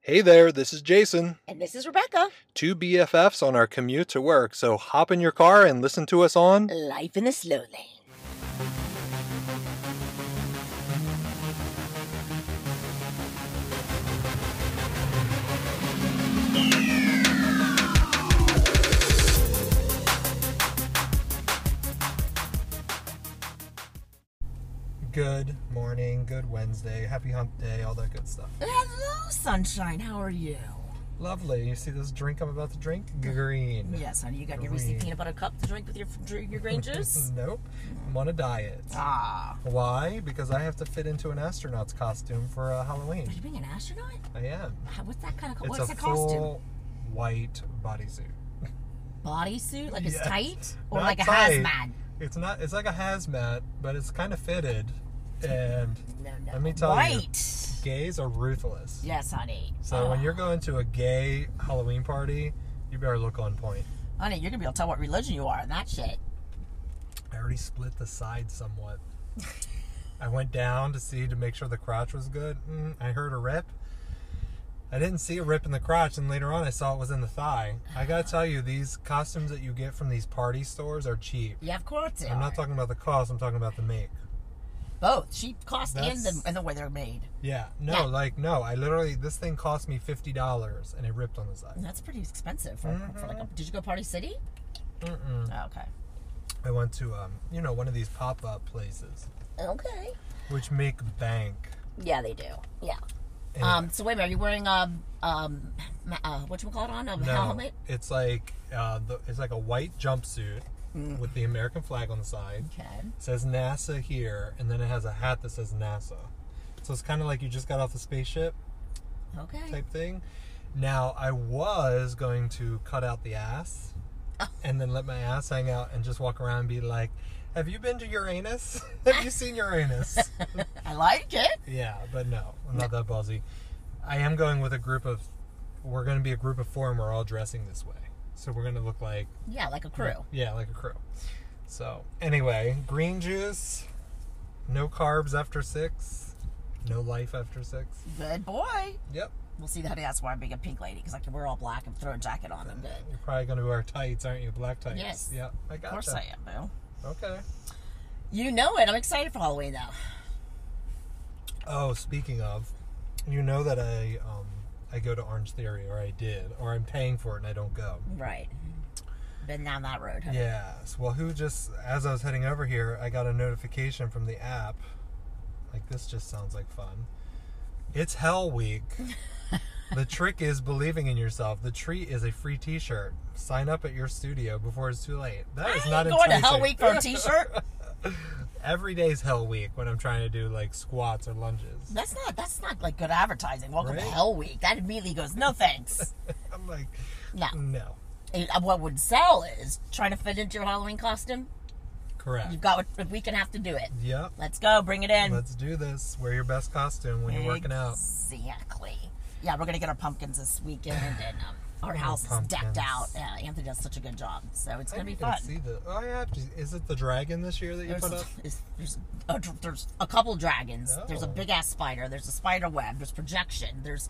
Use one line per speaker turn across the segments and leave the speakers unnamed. Hey there, this is Jason.
And this is Rebecca.
Two BFFs on our commute to work, so hop in your car and listen to us on.
Life in the slow lane.
Good morning, good Wednesday, happy hump day, all that good stuff.
Hello, sunshine. How are you?
Lovely. You see this drink I'm about to drink? Green.
Yes, honey. You got your Reese's
Green.
peanut butter cup to drink with your drink your grain juice.
Nope. I'm on a diet.
ah,
Why? Because I have to fit into an astronaut's costume for uh, Halloween.
are you being an astronaut?
I am.
How- What's that kind of? co-
It's
what's
a
the
full
costume?
white bodysuit.
Bodysuit, like it's
Yes.
tight, or
Not
like a
tight.
hazmat.
It's not. It's like a hazmat, but it's kind of fitted. And
No, no.
Let me tell you.
White.
gays are ruthless.
Yes, honey.
So when you're going to a gay Halloween party, you better look on point.
honey, you're gonna be able to tell what religion you are and that shit.
I already split the side somewhat. I went down to see to make sure the crotch was good. Mm, I heard a rip. I didn't see a rip in the crotch, and later on I saw it was in the thigh. I gotta tell you, these costumes that you get from these party stores are cheap.
Yeah, of course. They
I'm
are.
not talking about the cost, I'm talking about the make.
both cheap cost and the,
That's-
and the way they're made.
Yeah, no,
Yeah.
like, no, I literally, this thing cost me $50 and it ripped on the side.
That's pretty expensive for, for like a. Did you go Party City?
Mm-hmm. Mm-mm.
Oh, okay.
I went to, um, you know, one of these pop up places,
Okay.
which make bank.
Yeah, they do. Yeah.
And
Um. So wait a minute. Are you wearing um um ma- uh, what you call it on a
No,
helmet?
it's like uh, the, it's like a white jumpsuit with the American flag on the side.
Okay.
It says NASA here, and then it has a hat that says NASA. So it's kind of like you just got off the spaceship
Okay.
type thing. Now I was going to cut out the ass, and then let my ass hang out and just walk around and be like, "Have you been to Uranus? Have you seen Uranus?"
I like it.
Yeah, but no, I'm not that ballsy. I am going with a group of. We're going to be a group of four, and we're all dressing this way. So we're going to look like
Yeah, like a crew.
yeah, like a crew. So anyway, green juice, no carbs after six, no life after six.
Good boy.
Yep,
We'll see. That that's why I'm being a pink lady because I can wear all black and throw a jacket on. I'm good.
you're probably going to wear tights, aren't you? Black tights.
Yes.
Yeah, I
Of
got
course I
that.
am, boo.
Okay.
You know it. I'm excited for Halloween though.
Oh, speaking of, you know that I um I go to Orange Theory, or I did, or I'm paying for it and I don't go.
Right. Been down that road. huh?
Yes. Well, who just as I was heading over here, I got a notification from the app. Like this just sounds like fun. It's Hell Week. the trick is believing in yourself. The treat is a free T-shirt. Sign up at your studio before it's too late. That is
I
not
ain't going to
enticing.
Hell Week for a T-shirt.
Every day's Hell Week when I'm trying to do like squats or lunges.
That's not. That's not like good advertising. Welcome to
Right?
Hell Week. That immediately goes. No thanks.
I'm like,
No.
no,
And, uh, What would sell is trying to fit into your Halloween costume.
correct.
You've got what if we can have to do it.
Yep.
Let's go, bring it in.
Let's do this. Wear your best costume when you're working out.
Exactly. Yeah, we're gonna get our pumpkins this weekend, and um, our house is decked
pumpkins.
out. Uh, Anthony does such a good job, so it's gonna
I
be
didn't
fun.
See the, oh yeah, is it the dragon this year that you
There's,
put up?
is- there's, a, dr- there's a couple dragons. There's a
Oh.
big ass spider. There's a spider web. There's projection. There's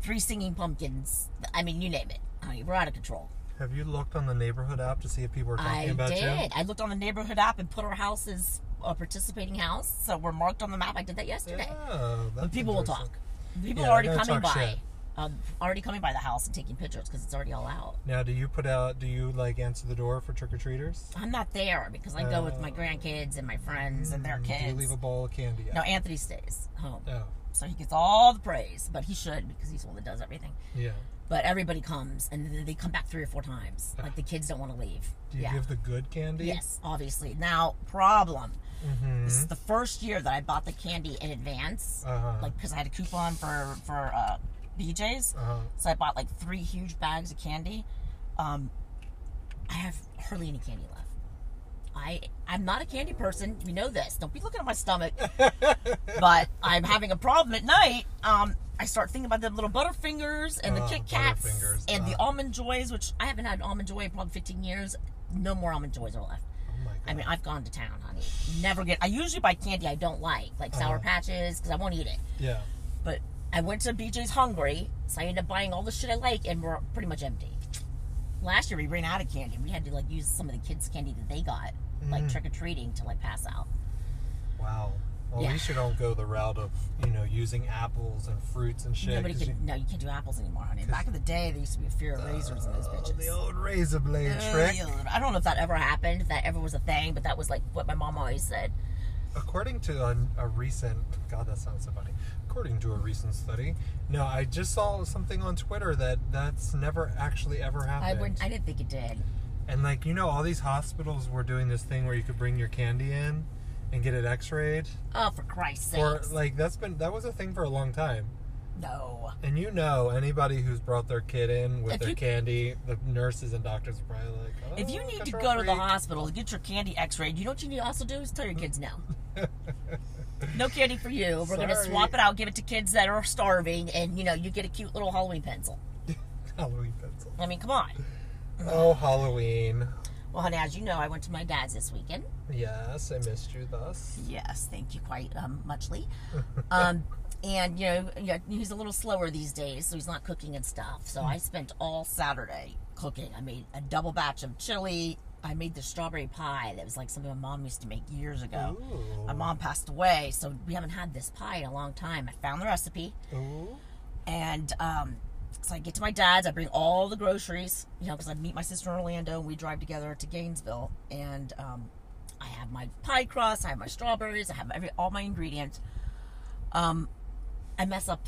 three singing pumpkins. I mean, you name it. Honey, we're out of control.
Have you looked on the neighborhood app to see if people are talking
I
about
did.
you?
I looked on the neighborhood app and put our house as a participating house, so we're marked on the map. I did that yesterday.
Oh, that's
People will
interesting.
talk. People
Yeah,
are already
they're gonna
coming
talk
by.
shit.
Um, already coming by the house and taking pictures because it's already all out.
Now, do you put out? Do you like answer the door for trick or treaters?
I'm not there because I go with my grandkids and my friends and their
Uh. Mm, Do you
kids.
leave a bowl of candy?
No,
Out?
Anthony stays home,
No. Oh,
so he gets all the praise, but he should because he's the one that does everything.
yeah.
But everybody comes and then they come back three or four times. Like the kids don't want to leave.
Do you
yeah.
give the good candy?
Yes, obviously. Now, problem.
Mhm.
This is the first year that I bought the candy in advance,
Uh-huh.
like because I had a coupon for for uh, BJ's.
Uh-huh.
So I bought like three huge bags of candy. Um, I have hardly any candy left. I I'm not a candy person. You know this. Don't be looking at my stomach. but I'm having a problem at night. Um, I start thinking about the little Butterfingers and the
Oh,
Kit Kats
Butterfingers,
and the
uh.
almond joys, which I haven't had almond joy in probably 15 years. No more almond joys are left.
Oh my god.
I mean, I've gone to town, honey.
Uh-huh.
Never get. I usually buy candy I don't like, like Sour Patches, because I won't eat it.
yeah.
But I went to BJ's hungry, so I ended up buying all the shit I like, and we're pretty much empty. Last year we ran out of candy. We had to like use some of the kids' candy that they got, like
Mm.
trick or treating, to like pass out.
Wow. Well,
Yeah.
we should don't go the route of you know using apples and fruits and shit.
Nobody
'cause
can.
you-
no, you can't do apples anymore, honey. Back in the day, there used to be a fear of razors and those
Oh,
bitches.
the old razor blade
Oh,
trick.
the old- I don't know if that ever happened, if that ever was a thing, but that was like what my mom always said.
According to a, a recent, God, that sounds so funny. According to a recent study, no, I just saw something on Twitter that that's never actually ever
I
happened.
wouldn't. I didn't think it did.
and like you know, all these hospitals were doing this thing where you could bring your candy in and get it X-rayed.
Oh, for Christ's sake!
Or like that's been that was a thing for a long time.
no.
And you know, anybody who's brought their kid in with
If
their
you-
candy, the nurses and doctors are probably like, oh,
If you need to
control
go to the
freak."
hospital to get your candy X-rayed, you know what you need to also do is tell your kids no. no candy for you. We're gonna
Sorry.
swap it out, give it to kids that are starving, and you know you get a cute little Halloween pencil.
Halloween pencil.
I mean, come on.
Oh, Halloween.
Well, honey, as you know, I went to my dad's this weekend.
Yes, I missed you thus.
Yes, thank you quite um, muchly. Um, and you know, you know, he's a little slower these days, so he's not cooking and stuff. So I spent all Saturday cooking. I made a double batch of chili. I made the strawberry pie that was like something my mom used to make years ago.
Ooh.
My mom passed away, so we haven't had this pie in a long time. I found the recipe,
Ooh.
and um, so I get to my dad's. I bring all the groceries, you know, because I meet my sister in Orlando, and we drive together to Gainesville. And um, I have my pie crust, I have my strawberries, I have every all my ingredients. Um, I mess up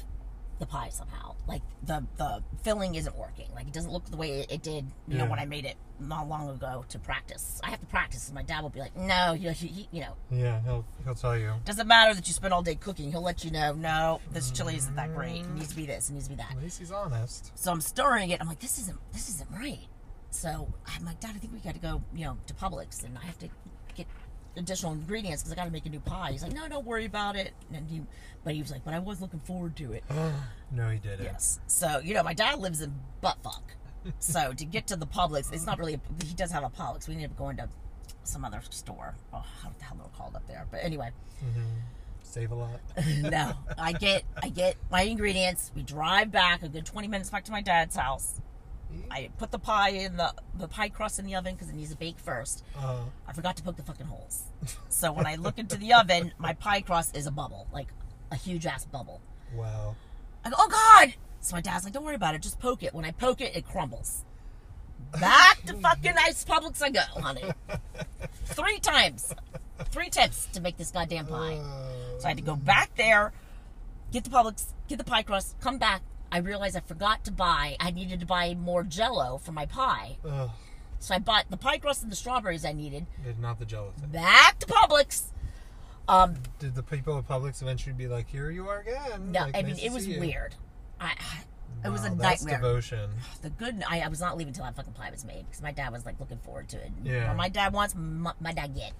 the pie somehow. Like the the filling isn't working. Like it doesn't look the way it, it did, you know,
Yeah.
when I made it not long ago to practice. I have to practice. And my dad will be like, "No, you he, he, you know,
Yeah, he'll he'll tell you.
doesn't matter that you spent all day cooking. He'll let you know, no, this chili isn't that great. It needs to be this. It needs to be that."
At least he's honest.
So I'm stirring it. I'm like, this isn't this isn't right. So I'm like, Dad, I think we got to go, you know, to Publix, and I have to get additional ingredients because I got to make a new pie. He's like, no, don't worry about it. And he, but he was like, but I was looking forward to it.
No, he didn't.
Yes. So you know, my dad lives in buttfuck. So to get to the Publix, it's not really. A, he does have a Publix. We ended up going to some other store. Oh, how the hell they're called up there. But anyway,
Save a lot.
no, I get I get my ingredients. We drive back a good twenty minutes back to my dad's house. I put the pie in the the pie crust in the oven because it needs to bake first.
Uh,
I forgot to poke the fucking holes. So when I look into the oven, my pie crust is a bubble, like a huge ass bubble.
wow.
I go, oh god! So my dad's like, don't worry about it, just poke it. When I poke it, it crumbles. Back to fucking ice Publix I go, honey. Three times, three tips to make this goddamn pie.
Uh,
So I had to go back there, get the Publix, get the pie crust, come back. I realized I forgot to buy. I needed to buy more Jello for my pie,
ugh.
so I bought the pie crust and the strawberries I needed.
Did not the jealous.
Back to Publix. Um,
Did the people at Publix eventually be like, "Here you are again"?
no,
Like,
I mean
nice to
it was
see you."
weird. I, it was a
Wow, that's
nightmare.
devotion.
The good, I, I was not leaving until that fucking pie was made because my dad was like looking forward to it.
Yeah.
What my dad wants, my, my dad get.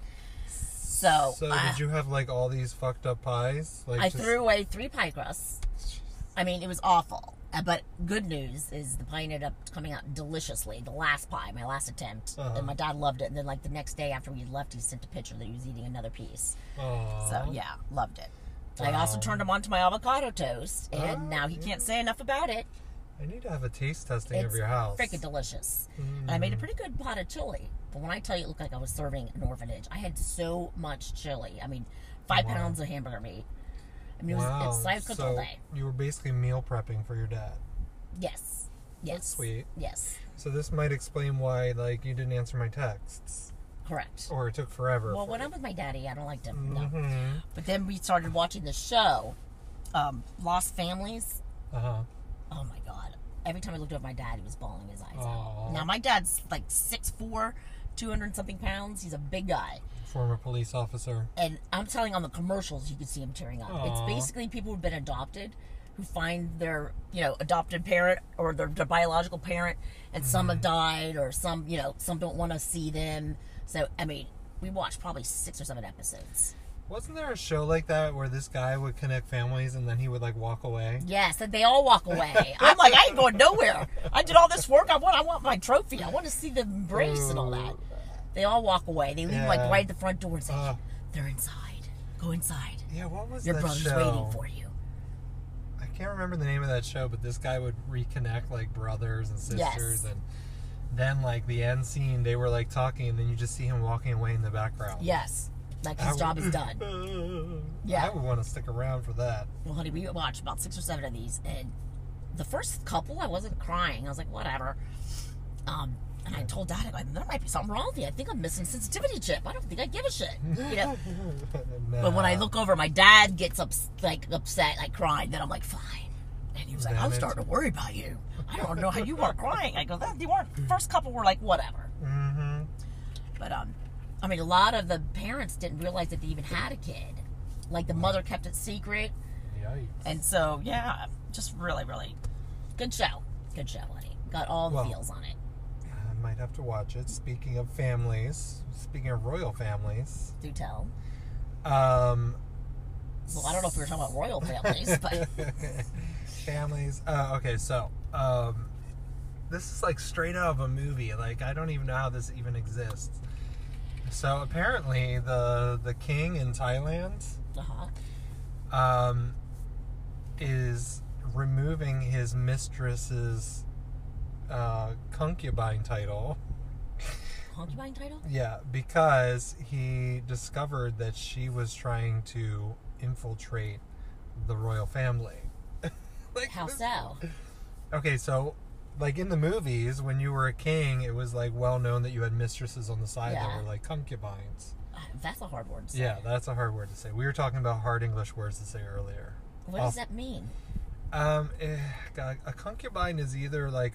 So,
So
I-
did you have like all these fucked up pies? Like
I threw away three pie crusts. I mean, it was awful. Uh, But good news is the pie ended up coming out deliciously. The last pie, my last attempt,
Uh-huh.
and my dad loved it. And then, like the next day after we had left, he sent a picture that he was eating another piece.
Aw.
So yeah, loved it. I also
Wow.
turned him on to my avocado toast, and
Oh,
now he can't say enough about it.
I need to have a taste testing
It's
of your house. Mm-hmm.
freaking delicious. And I made a pretty good pot of chili. But when I tell you, it looked like I was serving an orphanage. I had so much chili. I mean, five
Wow.
pounds of hamburger meat. I mean, it was,
wow.
it's, I cooked
so
all day.
you were basically meal prepping for your dad.
Yes. Yes.
sweet.
Yes.
So this might explain why like you didn't answer my texts
Correct.
or it took forever.
Well,
for
when I'm with my daddy, I don't like to.
you.
No.
Mhm.
But then we started watching the show, um, Lost Families.
Uh-huh.
Oh my God. Every time I looked over my dad, he was bawling his eyes
Aw.
out. Now, my dad's like 6'4, 200 something pounds. He's a big guy.
Former police officer.
and I'm telling on the commercials, you can see him tearing up.
Aw.
It's basically people who've been adopted who find their, you know, adopted parent or their, their biological parent, and some have
Mm-hmm.
died, or some, you know, some don't want to see them. So, I mean, we watched probably six or seven episodes.
Wasn't there a show like that where this guy would connect families and then he would like walk away?
Yes, and they all walk away. I'm like, I ain't going nowhere. I did all this work. I want, I want my trophy. I want to see the embrace and all that. They all walk away. They leave like
Yeah.
right at the front door and say,
Uh.
"They're inside. Go inside.
Yeah, what was
Your
that
brother's
show?
waiting for you."
I can't remember the name of that show, but this guy would reconnect like brothers and sisters,
Yes.
and then like the end scene, they were like talking, and then you just see him walking away in the background.
Yes. Like his
I
job
would-
is done.
I
Yeah.
would want to stick around for that.
Well, honey, we watched about six or seven of these, and the first couple, I wasn't crying. I was like, whatever. Um, and I told Dad, I go, there might be something wrong with you. I think I'm missing sensitivity chip. I don't think I give a shit. You know. But when I
Nah.
look over, my dad gets ups- like upset, like crying. Then I'm like, fine. And he was like,
Then
I'm
it's-
starting to worry about you. I don't know how you weren't crying. I go, that, you weren't. First couple were like, whatever.
Mhm.
But um, I mean, a lot of the parents didn't realize that they even had a kid. Like the mother kept it secret,
Yikes.
and so yeah, just really, really good show. Good show, honey. Got all the
Well-
feels on it,
I might have to watch it. Speaking of families, speaking of royal families,
do tell.
um,
Well, I don't know if we were talking about royal families, but
families. Uh, okay, so um, this is like straight out of a movie. Like I don't even know how this even exists. So apparently, the the king in Thailand
uh-huh.
um, is removing his mistress's uh, concubine title.
concubine title.
Yeah, because he discovered that she was trying to infiltrate the royal family. like
How
this-
so?
Okay, so like in the movies, when you were a king, it was like well known that you had mistresses on the side that
Yeah.
were like concubines.
Uh, That's a hard word. to say.
Yeah, that's a hard word to say. We were talking about hard English words to say earlier.
What does
Off-
that mean?
Um, eh, God, a concubine is either like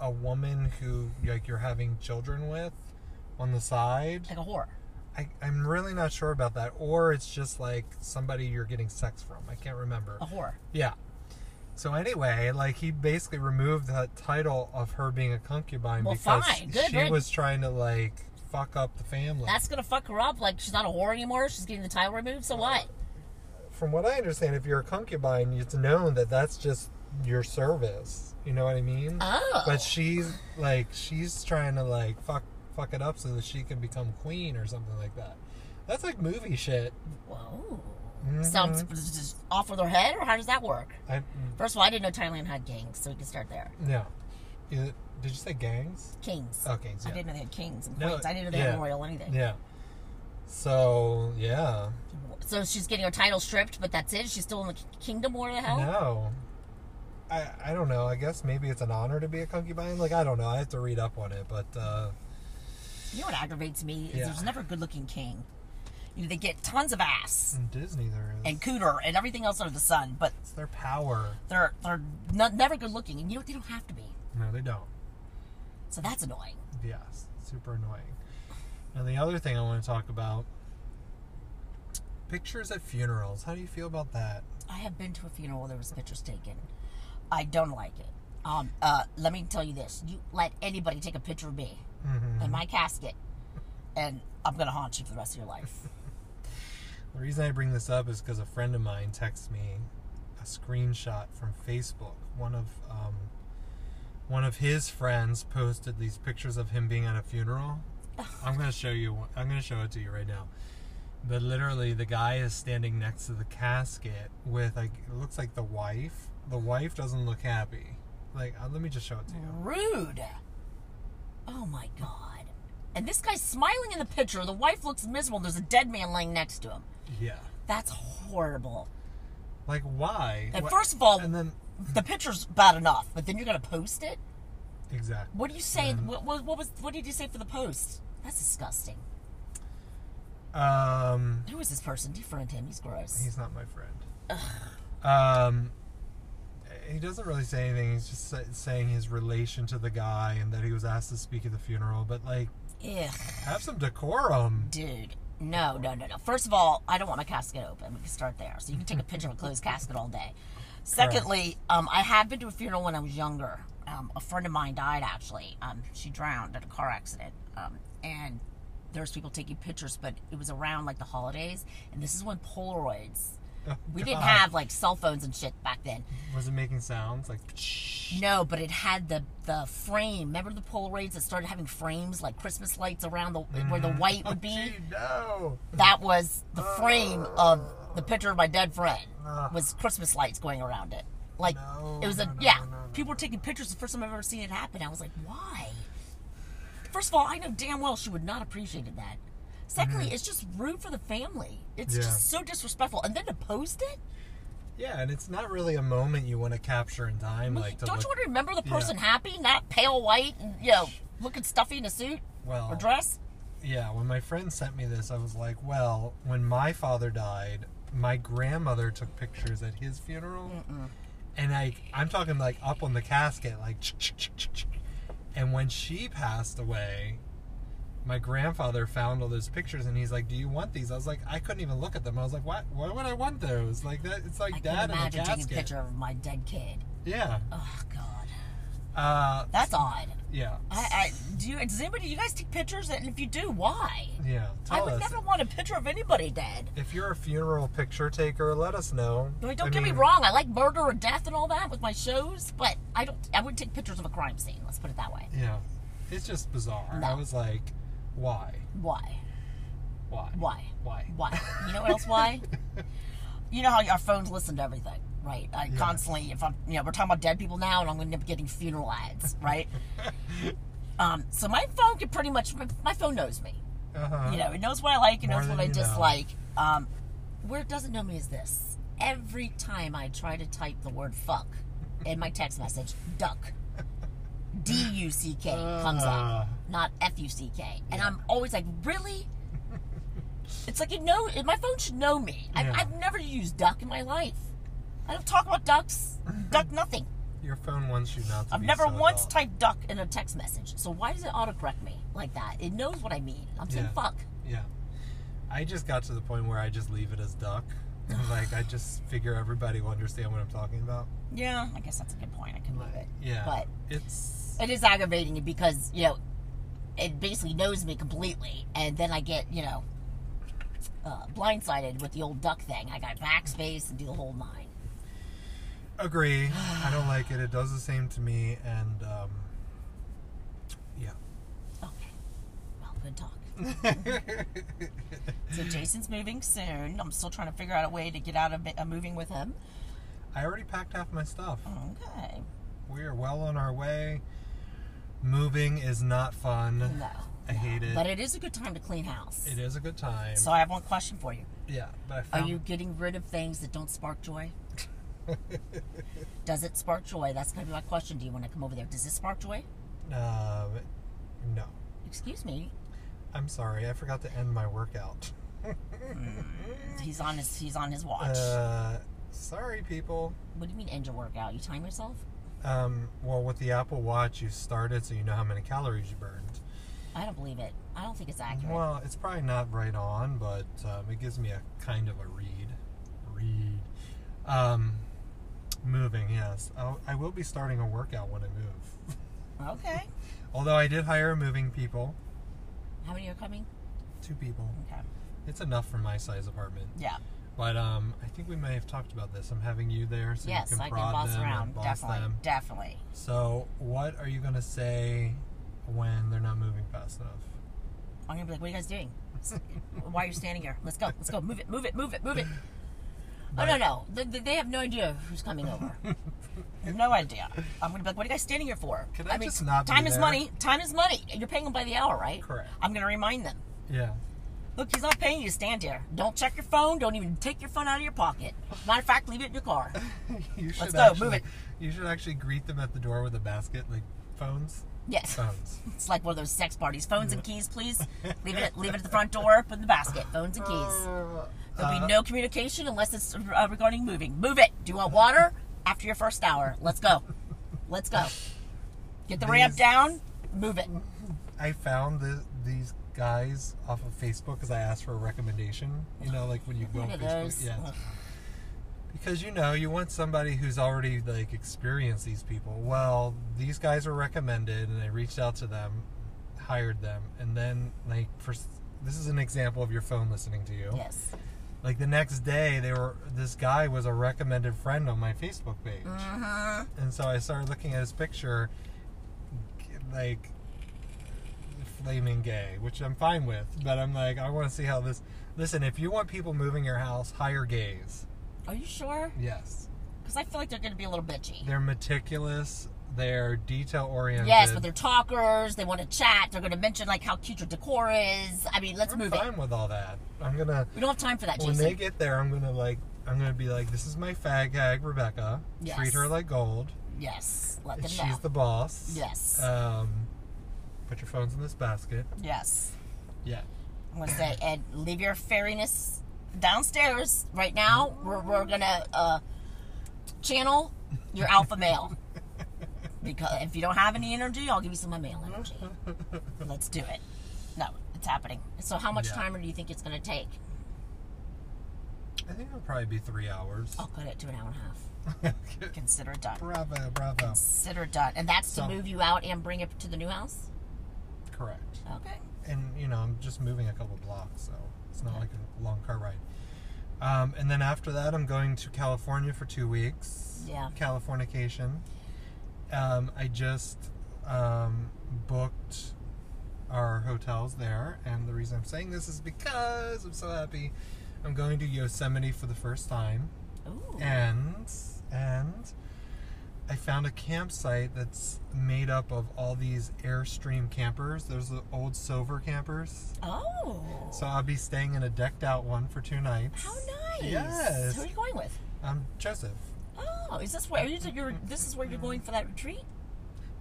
a woman who like you're having children with on the side.
Like a whore.
I, I'm really not sure about that, or it's just like somebody you're getting sex from. I can't remember.
A whore.
Yeah. So anyway, like he basically removed that title of her being a concubine
Well,
because
fine. Good
she
riddance.
was trying to like fuck up the family.
That's gonna fuck her up. Like she's not a whore anymore. She's getting the title removed. So what?
From what I understand, if you're a concubine, it's known that that's just your service. You know what I mean?
Oh.
But she's like she's trying to like fuck fuck it up so that she can become queen or something like that. That's like movie shit.
Whoa.
Mm-hmm.
So I'm supposed to just off with her head, or how does that work?
I
First of all, I didn't know Thailand had kings, so we can start there.
no. Is it- Did you say gangs?
Kings.
Oh, gangs.
I
Yeah.
didn't know they had kings and
No,
queens. I didn't know they had
yeah.
royal anything.
Yeah. So yeah.
So she's getting her title stripped, but that's it. She's still in the ki- kingdom. Where the hell?
No. I, I don't know. I guess maybe it's an honor to be a concubine. Like I don't know. I have to read up on it, but uh,
You know what aggravates me is
Yeah.
there's never a good-looking king. You know they get tons of ass
in Disney there is.
and cooter and everything else under the sun, but
it's their power.
they're they're not, never good-looking, and you know what? They don't have to be.
No, they don't.
So that's annoying.
Yes, super annoying. And the other thing I want to talk about: pictures at funerals. How do you feel about that?
I have been to a funeral where there was pictures taken. I don't like it. Um, uh, let me tell you this: you let anybody take a picture of me
Mm-hmm.
in my casket, and I'm gonna haunt you for the rest of your life.
The reason I bring this up is because a friend of mine texted me a screenshot from Facebook. One of um, one of his friends posted these pictures of him being at a funeral. I'm gonna show you. one- I'm gonna show it to you right now. But literally, the guy is standing next to the casket with like it looks like the wife. The wife doesn't look happy. Like, uh, let me just show it to you.
Rude. Oh my god. And this guy's smiling in the picture. The wife looks miserable. There's a dead man laying next to him.
Yeah.
That's horrible.
Like, why?
And
Wha-
first of all,
and then
the picture's bad enough, but then you're gonna post it.
exactly.
What do you say? What, what, what was? What did you say for the post? That's disgusting.
Um.
Who is this person? Defriend him. He's gross.
He's not my friend. Um, he doesn't really say anything. He's just sa- saying his relation to the guy and that he was asked to speak at the funeral. But like,
Ugh.
have some decorum.
Dude, no, no, no, no. First of all, I don't want my casket open. We can start there. So you can take a picture of a closed casket all day. Secondly, um, I have been to a funeral when I was younger. Um, a friend of mine died actually. Um, she drowned in a car accident. Um, and there's people taking pictures, but it was around like the holidays, and this is when Polaroids. We didn't
God.
have like cell phones and shit back then.
Was it making sounds like? Shh.
No, but it had the the frame. Remember the Polaroids that started having frames like Christmas lights around the where the white would be
Gee, no.
that was the frame of the picture of my dead friend was christmas lights going around it Like
No,
it was a
no, no,
yeah.
no, no,
people were taking pictures. The first time I've ever seen it happen. I was like, why? First of all, I know damn well she would not have appreciated that. Secondly, it's just rude for the family. It's
Mm-hmm. Yeah.
just so disrespectful. And then to post it,
Yeah, and it's not really a moment you want to capture in time.
Well,
like, to
don't
look,
you want to remember the
yeah.
person happy, not pale white and you know looking stuffy in a suit
Well,
or dress?
yeah, when my friend sent me this, I was like, well, when my father died, my grandmother took pictures at his funeral. And I, I'm talking like up on the casket, like, and when she passed away, my grandfather found all those pictures and he's like, Do you want these? I was like, I couldn't even look at them. I was like, What? Why would I want those? Like, that, it's like
I
dad in
can
a
imagine taking
casket.
a picture of my dead kid.
Yeah.
Oh God,
Uh,
that's odd.
yeah.
I, I do. You, does anybody? You guys take pictures, and if you do, why?
yeah.
I
Tell
would
us.
never want a picture of anybody dead.
If you're a funeral picture taker, let us know.
I mean, don't
I
get
mean,
me wrong. I like murder and death and all that with my shows, but I don't. I wouldn't take pictures of a crime scene. Let's put it that way.
Yeah. It's just bizarre.
No.
I was like, why?
Why?
Why?
Why?
Why?
Why? You know what else? Why? you know how our phones listen to everything, right? I constantly, if I'm, you know, we're talking about dead people now, and I'm going to end up getting funeral ads, right? um, so my phone can pretty much, my, my phone knows me.
Uh-huh.
You know, it knows what I like, it
More
knows
than
what I
you know.
dislike. Um, where it doesn't know me is this: every time I try to type the word "fuck" in my text message, "duck," D U C K comes
Ah.
up, not F U C K, and I'm always like, really. It's like you know, my phone should know me. I've,
Yeah.
I've never used duck in my life. I don't talk about ducks. Duck nothing.
Your phone wants you not to
I've
be
never
so
once
adult.
typed duck in a text message. So why does it autocorrect me like that? It knows what I mean. I'm saying
Yeah.
fuck.
Yeah. I just got to the point where I just leave it as duck. like, I just figure everybody will understand what I'm talking about.
Yeah, I guess that's a good point. I can move it.
Yeah.
But
it's.
it is aggravating because, you know, it basically knows me completely. And then I get, you know, uh, blindsided with the old duck thing. I got backspace and do the whole nine.
Agree. I don't like it. It does the same to me. And, um, yeah.
Okay. Well, good talk. So Jason's moving soon. I'm still trying to figure out a way to get out of it, uh, moving with him.
I already packed half my stuff.
Okay.
We are well on our way. Moving is not fun.
No.
I hate it.
But it is a good time to clean house.
It is a good time.
So I have one question for you.
yeah, but I
Are
found
you getting rid of things that don't spark joy? Does it spark joy? That's going to be my question to you when I come over there. Does it spark joy?
um, no.
Excuse me.
I'm sorry. I forgot to end my workout.
He's on his he's on his watch.
Uh, sorry, people.
what do you mean end your workout? You time yourself?
Um, well, with the Apple Watch, you start it so you know how many calories you burned.
I don't believe it. I don't think it's accurate.
Well, it's probably not right on, but um, it gives me a kind of a read. Read. Um, moving, yes. I'll, I will be starting a workout when I move.
okay.
Although I did hire moving people,
How many are coming?
two people.
Okay.
It's enough for my size apartment.
Yeah.
But um, I think we may have talked about this. I'm having you there, so
yes,
you can
I can
prod
boss
them and
around.
boss
definitely.
them.
Definitely.
So, what are you gonna say when they're not moving fast enough?
I'm gonna be like, what are you guys doing? Why are you standing here? Let's go. Let's go. Move it. Move it. Move it. Move it. Oh no
Right.
no! Th- th- They have no idea who's coming over. no idea. I'm gonna be like, "What are you guys standing here for?"
Can I just not be
Time is
there?
money. Time is money. You're paying them by the hour, right?
Correct.
I'm gonna remind them.
Yeah.
Look, he's not paying you to stand here. Don't check your phone. Don't even take your phone out of your pocket. Matter of fact, leave it in your car.
You should
Let's go,
actually,
move it.
You should actually greet them at the door with a basket, like phones.
Yes,
Phones.
it's like one of those sex parties. Phones and keys, please. Leave it. Leave it at the front door. Put it in the basket. Phones and keys.
Uh,
There'll be no communication unless it's uh, regarding moving. Move it. Do you want water? After your first hour. Let's go. Let's go. Get the ramp
These-
down. Move it.
I found the, these guys off of Facebook because I asked for a recommendation. You know, like when you go on
Look at
Facebook.
those.
Yeah. Because you know, you want somebody who's already like experienced these people. Well, these guys were recommended, and I reached out to them, hired them, and then like for s- this is an example of your phone listening to you.
Yes.
Like the next day, they were this guy was a recommended friend on my Facebook page,
Mm.
and so I started looking at his picture, g- like flaming gay, which I'm fine with, but I'm like, I want to see how this. Listen, if you want people moving your house, hire gays.
Are you sure?
Yes.
because I feel like they're going to be a little bitchy.
They're meticulous. They're detail oriented.
Yes, but they're talkers. They want to chat. They're going to mention like how cute your decor is. I mean, let's
I'm
move
fine
it.
with all that. I'm gonna
We don't have time for that,
when
Jason.
they get there. I'm gonna like. I'm gonna be like, this is my fag hag, Rebecca.
Yes.
Treat her like gold.
yes, let them know.
She's the boss.
Yes.
Um, put your phones in this basket.
yes,
Yeah.
I'm going to say, Ed, leave your fairiness downstairs right now. We're we're gonna uh, channel your alpha male because if you don't have any energy, I'll give you some of my male energy. Let's do it. No, it's happening. So, how much
Yeah.
time do you think it's going to take?
I think it'll probably be three hours.
I'll cut it to an hour and a half. Consider it done.
bravo, bravo.
Consider it done. And that's to
So-
move you out and bring it to the new house?
Correct.
Okay.
And you know, I'm just moving a couple blocks, so it's not like a long car ride. Um, and then after that, I'm going to California for two weeks.
Yeah.
Californication. Um, I just um, booked our hotels there, and the reason I'm saying this is because I'm so happy. I'm going to Yosemite for the first time.
Ooh.
and and I found a campsite that's made up of all these Airstream campers. There's the old Silver campers.
oh.
So I'll be staying in a decked out one for two nights.
How nice.
Yes.
Who are you going with?
I'm Joseph.
Oh, is this where are you, you're, this is where you're going for that retreat?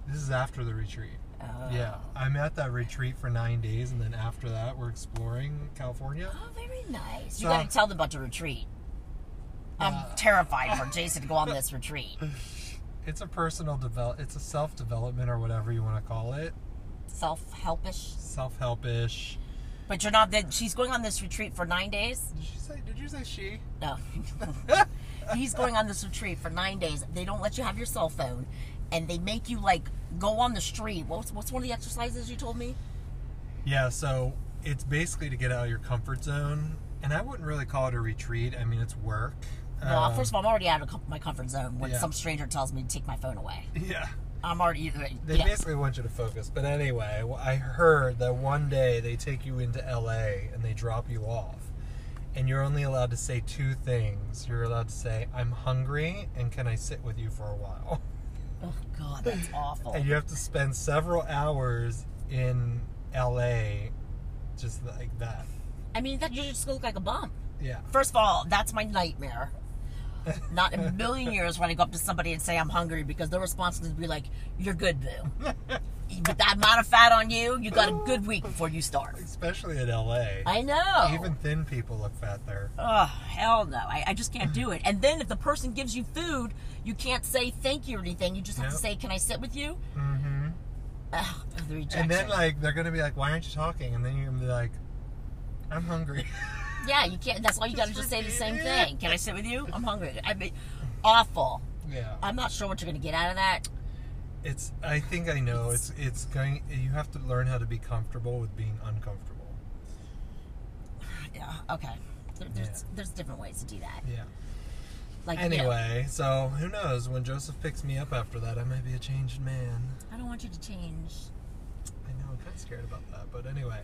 This is after the retreat.
Oh.
Yeah, I'm at that retreat for nine days, and then after that, we're exploring California.
Oh, very nice.
So- Uh.
you got to tell them about the retreat. I'm terrified for Jason to go on this retreat.
It's a personal develop, it's a self development or whatever you want to call it,
Self-helpish.
self helpish.
But you're not then she's going on this retreat for 9 days?
Did she say? Did you say she?
No. He's going on this retreat for nine days. They don't let you have your cell phone, and they make you like go on the street. What's what's one of the exercises you told me?
Yeah, so it's basically to get out of your comfort zone, and I wouldn't really call it a retreat. I mean, it's work.
No,
Um,
first of all, I'm already out of com- my comfort zone when
yeah.
some stranger tells me to take my phone away.
Um, yeah,
I'm already uh,
they
yeah.
basically want you to focus. But anyway, wh- I heard that one day they take you into LA and they drop you off, and you're only allowed to say two things. You're allowed to say, "I'm hungry," and "Can I sit with you for a while?"
Oh God, that's awful.
And you have to spend several hours in LA, just like that.
I mean, that you just look like a bum.
Yeah.
First of all, that's my nightmare. Not in a million years when I go up to somebody and say I'm hungry because their response is to be like, "You're good, boo." With that amount of fat on you, you got a good week before you starve.
Especially in LA.
I know.
Even thin people look fat there.
Oh hell no! I, I just can't do it. And then if the person gives you food, you can't say thank you or anything. You just have to
Nope.
say, "Can I sit with you?"
Mm-hmm.
Ugh, the rejection.
And then like they're gonna be like, "Why aren't you talking?" And then you're gonna be like, "I'm hungry."
yeah, you can't. That's all you got to
Just
just say the
repeat
same
it.
thing. Can I sit with you? I'm hungry. I mean, awful.
yeah.
I'm not sure what you're gonna get out of that.
It's. I think I know. It's. It's going. You have to learn how to be comfortable with being uncomfortable.
Yeah. Okay. There, there's
Yeah.
there's different ways to do that.
Yeah.
Like you know,
Anyway, so who knows? When Joseph picks me up after that, I might be a changed man.
I don't want you to change.
I know. I'm kind of scared about that. But anyway.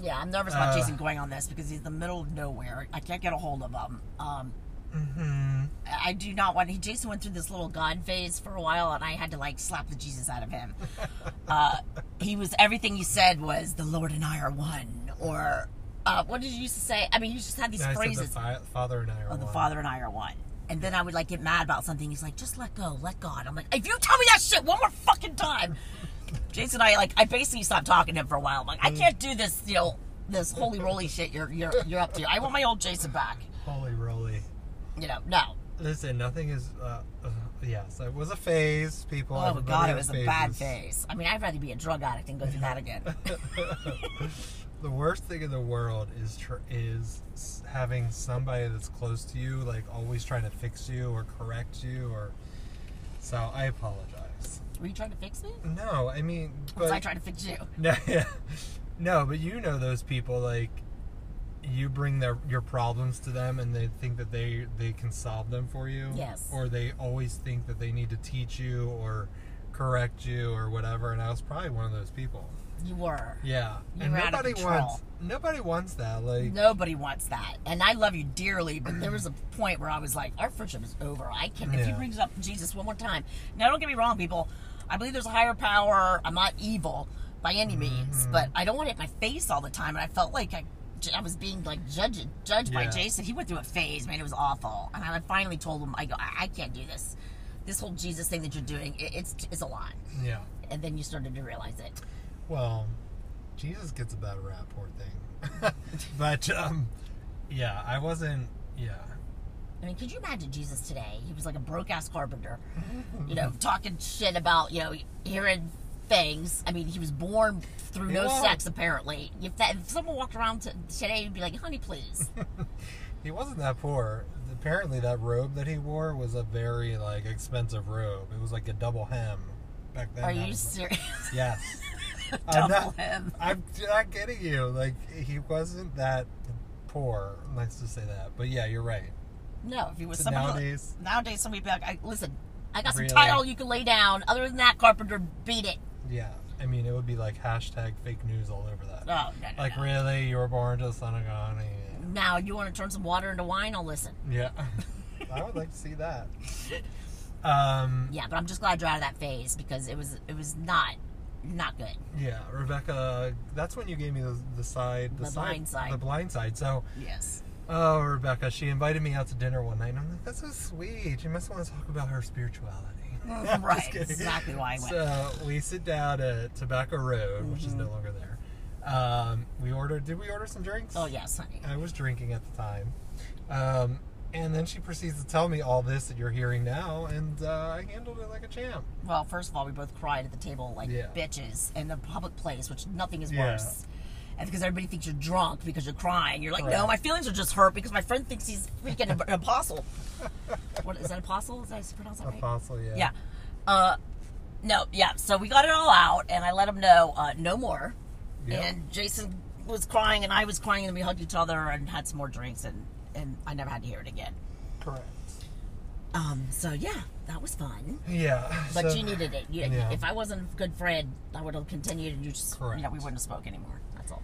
Yeah, I'm nervous about
Uh.
Jason going on this because he's in the middle of nowhere. I can't get a hold of him. Um,
Mm-hmm.
I do not want. He Jason went through this little God phase for a while, and I had to like slap the Jesus out of him. Uh, he was everything he said was the Lord and I are one, or uh, what did you used to say? I mean, he just had these
I said the
phrases.
fi- father and I are
"Oh, the
one.
Father and I are one. And then I would like get mad about something. He's like, just let go, let God. I'm like, if you tell me that shit one more fucking time, Jason, and I like, I basically stopped talking to him for a while. I'm like, I can't do this, you know, this holy roly shit you're you're you're up to. I want my old Jason back.
Holy roly.
You know, no.
Listen, nothing is. Uh, uh, yes, it was a phase, people.
Oh my
Everybody
god, it
has
was a bad
phases.
phase. I mean, I'd rather be a drug addict than go through that again.
the worst thing in the world is tr- is s- having somebody that's close to you like always trying to fix you or correct you or so I apologize.
Were you trying to fix me?
No, I mean
Was
but
I trying to fix you?
no, yeah. no, but you know those people like you bring their your problems to them and they think that they they can solve them for you
Yes.
or they always think that they need to teach you or correct you or whatever, and I was probably one of those people.
You were.
Yeah,
You
and
were out of
nobody
control.
wants nobody wants that. Like,
Nobody wants that. And I love you dearly, but there was a point where I was like, our friendship is over. I can if he
Yeah.
brings up Jesus one more time. Now don't get me wrong, people. I believe there's a higher power. I'm not evil by any
Mm-hmm.
means, but I don't want it in my face all the time. And I felt like I, I was being like judged judged by
Yeah.
Jason. He went through a phase, man. It was awful. And I finally told him, I go, I, I can't do this. This whole Jesus thing that you're doing, it, it's it's a lot.
yeah.
And then you started to realize it.
Well, Jesus gets a bad rap, poor thing. but um, yeah, I wasn't. Yeah,
I mean, could you imagine Jesus today? He was like a broke ass carpenter, you know, talking shit about, you know, hearing things. I mean, he was born through no
Yeah.
sex, apparently. If, that, if someone walked around t- today, he'd be like, honey, please.
he wasn't that poor. Apparently, that robe that he wore was a very like expensive robe. It was like a double hem back then.
Are
that
you
was-
serious?
Yes. I'm
Double
not,
him.
I'm not getting you. Like he wasn't that poor. Let's just say that. But yeah, you're right.
No, if he was
So
somebody.
nowadays-
nowadays, somebody'd be like, I, listen, I got some
Really?
tile you can lay down. Other than that, carpenter, beat it.
Yeah, I mean it would be like hashtag fake news all over that.
Oh, no, no.
Like
no.
really, you were born to the son of God.
Now, you want to turn some water into wine? I'll listen.
Yeah, I would like to see that. Um,
Yeah, but I'm just glad you're out of that phase because it was it was not not good.
yeah, Rebecca, that's when you gave me the, the side, the,
The
side,
blind side.
the blind side. So,
Yes.
oh, Rebecca, she invited me out to dinner one night, and I'm like, that's so sweet. She must want to talk about her spirituality. I'm just
right.
kidding.
Exactly why I went.
So we sit down at Tobacco Road, which is
Mm-hmm.
no longer there. Um, we ordered. Did we order some drinks?
oh yes, honey.
I was drinking at the time. Um, and then she proceeds to tell me all this that you're hearing now, and uh, I handled it like a champ.
Well, first of all, we both cried at the table like
Yeah.
bitches in the public place, which nothing is
Yeah.
worse. And because everybody thinks you're drunk because you're crying. You're like, no,
Right.
my feelings are just hurt because my friend thinks he's freaking an apostle. what is that apostle? Is that pronounced that right?
Apostle, yeah.
Yeah. Uh, no, yeah. So we got it all out, and I let him know uh, no more.
Yep.
And Jason was crying, and I was crying, and we hugged each other and had some more drinks, and and I never had to hear it again.
Correct.
Um. So yeah, that was fun.
Yeah.
But
so-
you needed it. You,
Yeah.
If I wasn't a good friend, I would have continued, and you just, you know,
Correct.
we wouldn't have spoke anymore. That's all.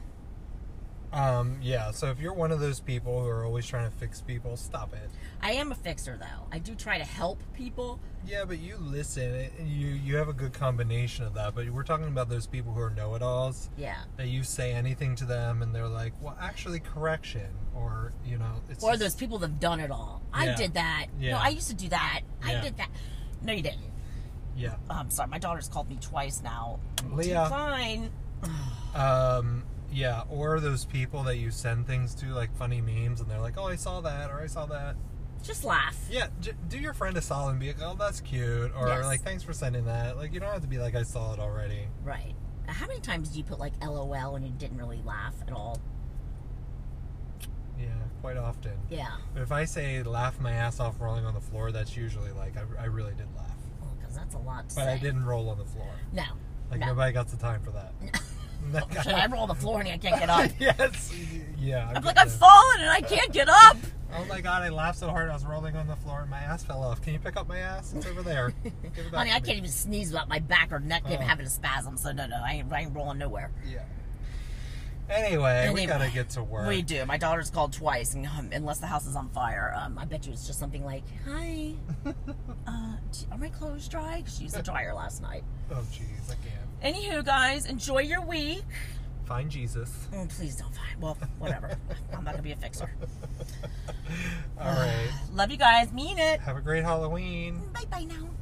Um, yeah, so if you're one of those people who are always trying to fix people, stop it.
I am a fixer, though. I do try to help people.
Yeah, but you listen. it- You you have a good combination of that. But we're talking about those people who are know-it-alls
Yeah.
that you say anything to them, and they're like, "Well, actually, correction," or you know, it's
Or
just-
those people that've done it all. I
Yeah.
did that. No,
Yeah.
I used to do that. I
Yeah.
did that. No, you didn't.
yeah.
I'm sorry, my daughter's called me twice now.
Leah.
Fine.
Um, yeah, or those people that you send things to, like funny memes, and they're like, "Oh, I saw that," or "I saw that."
Just laugh.
Yeah, j- do your friend a solid and be like, "Oh, that's cute," or
Yes.
like, "Thanks for sending that." Like, you don't have to be like, "I saw it already."
Right. How many times do you put like LOL and you didn't really laugh at all?
Yeah, quite often.
Yeah.
But if I say "laugh my ass off" rolling on the floor, that's usually like I, I really did laugh,
Because that's a lot to
but
say.
I didn't roll on the floor.
No.
Like
no.
nobody got the time for that. That guy-
Shit, I roll on the floor and I can't get up.
yes. Yeah.
I'm
getting
like, I'm
there.
falling and I can't get up.
Oh my god, I laughed so hard I was rolling on the floor and my ass fell off. Can you pick up my ass? It's over there. Give it back
Honey, I
to me.
can't even sneeze without my back or neck even
Oh.
having a spasm. So no, no, I ain't, I ain't rolling nowhere.
Yeah. Anyway, we
Anyway,
gotta get to work.
We do. My daughter's called twice, and um, unless the house is on fire, um, I bet you it's just something like, "Hi, uh, d- are my clothes dry?" 'Cause she used the dryer last night.
Oh jeez, I can't.
Anywho, guys, enjoy your week.
Find Jesus.
Mm, please don't find. Well, whatever. I'm not gonna be a fixer.
All right.
Love you guys. Mean it.
Have a great Halloween.
Bye bye now.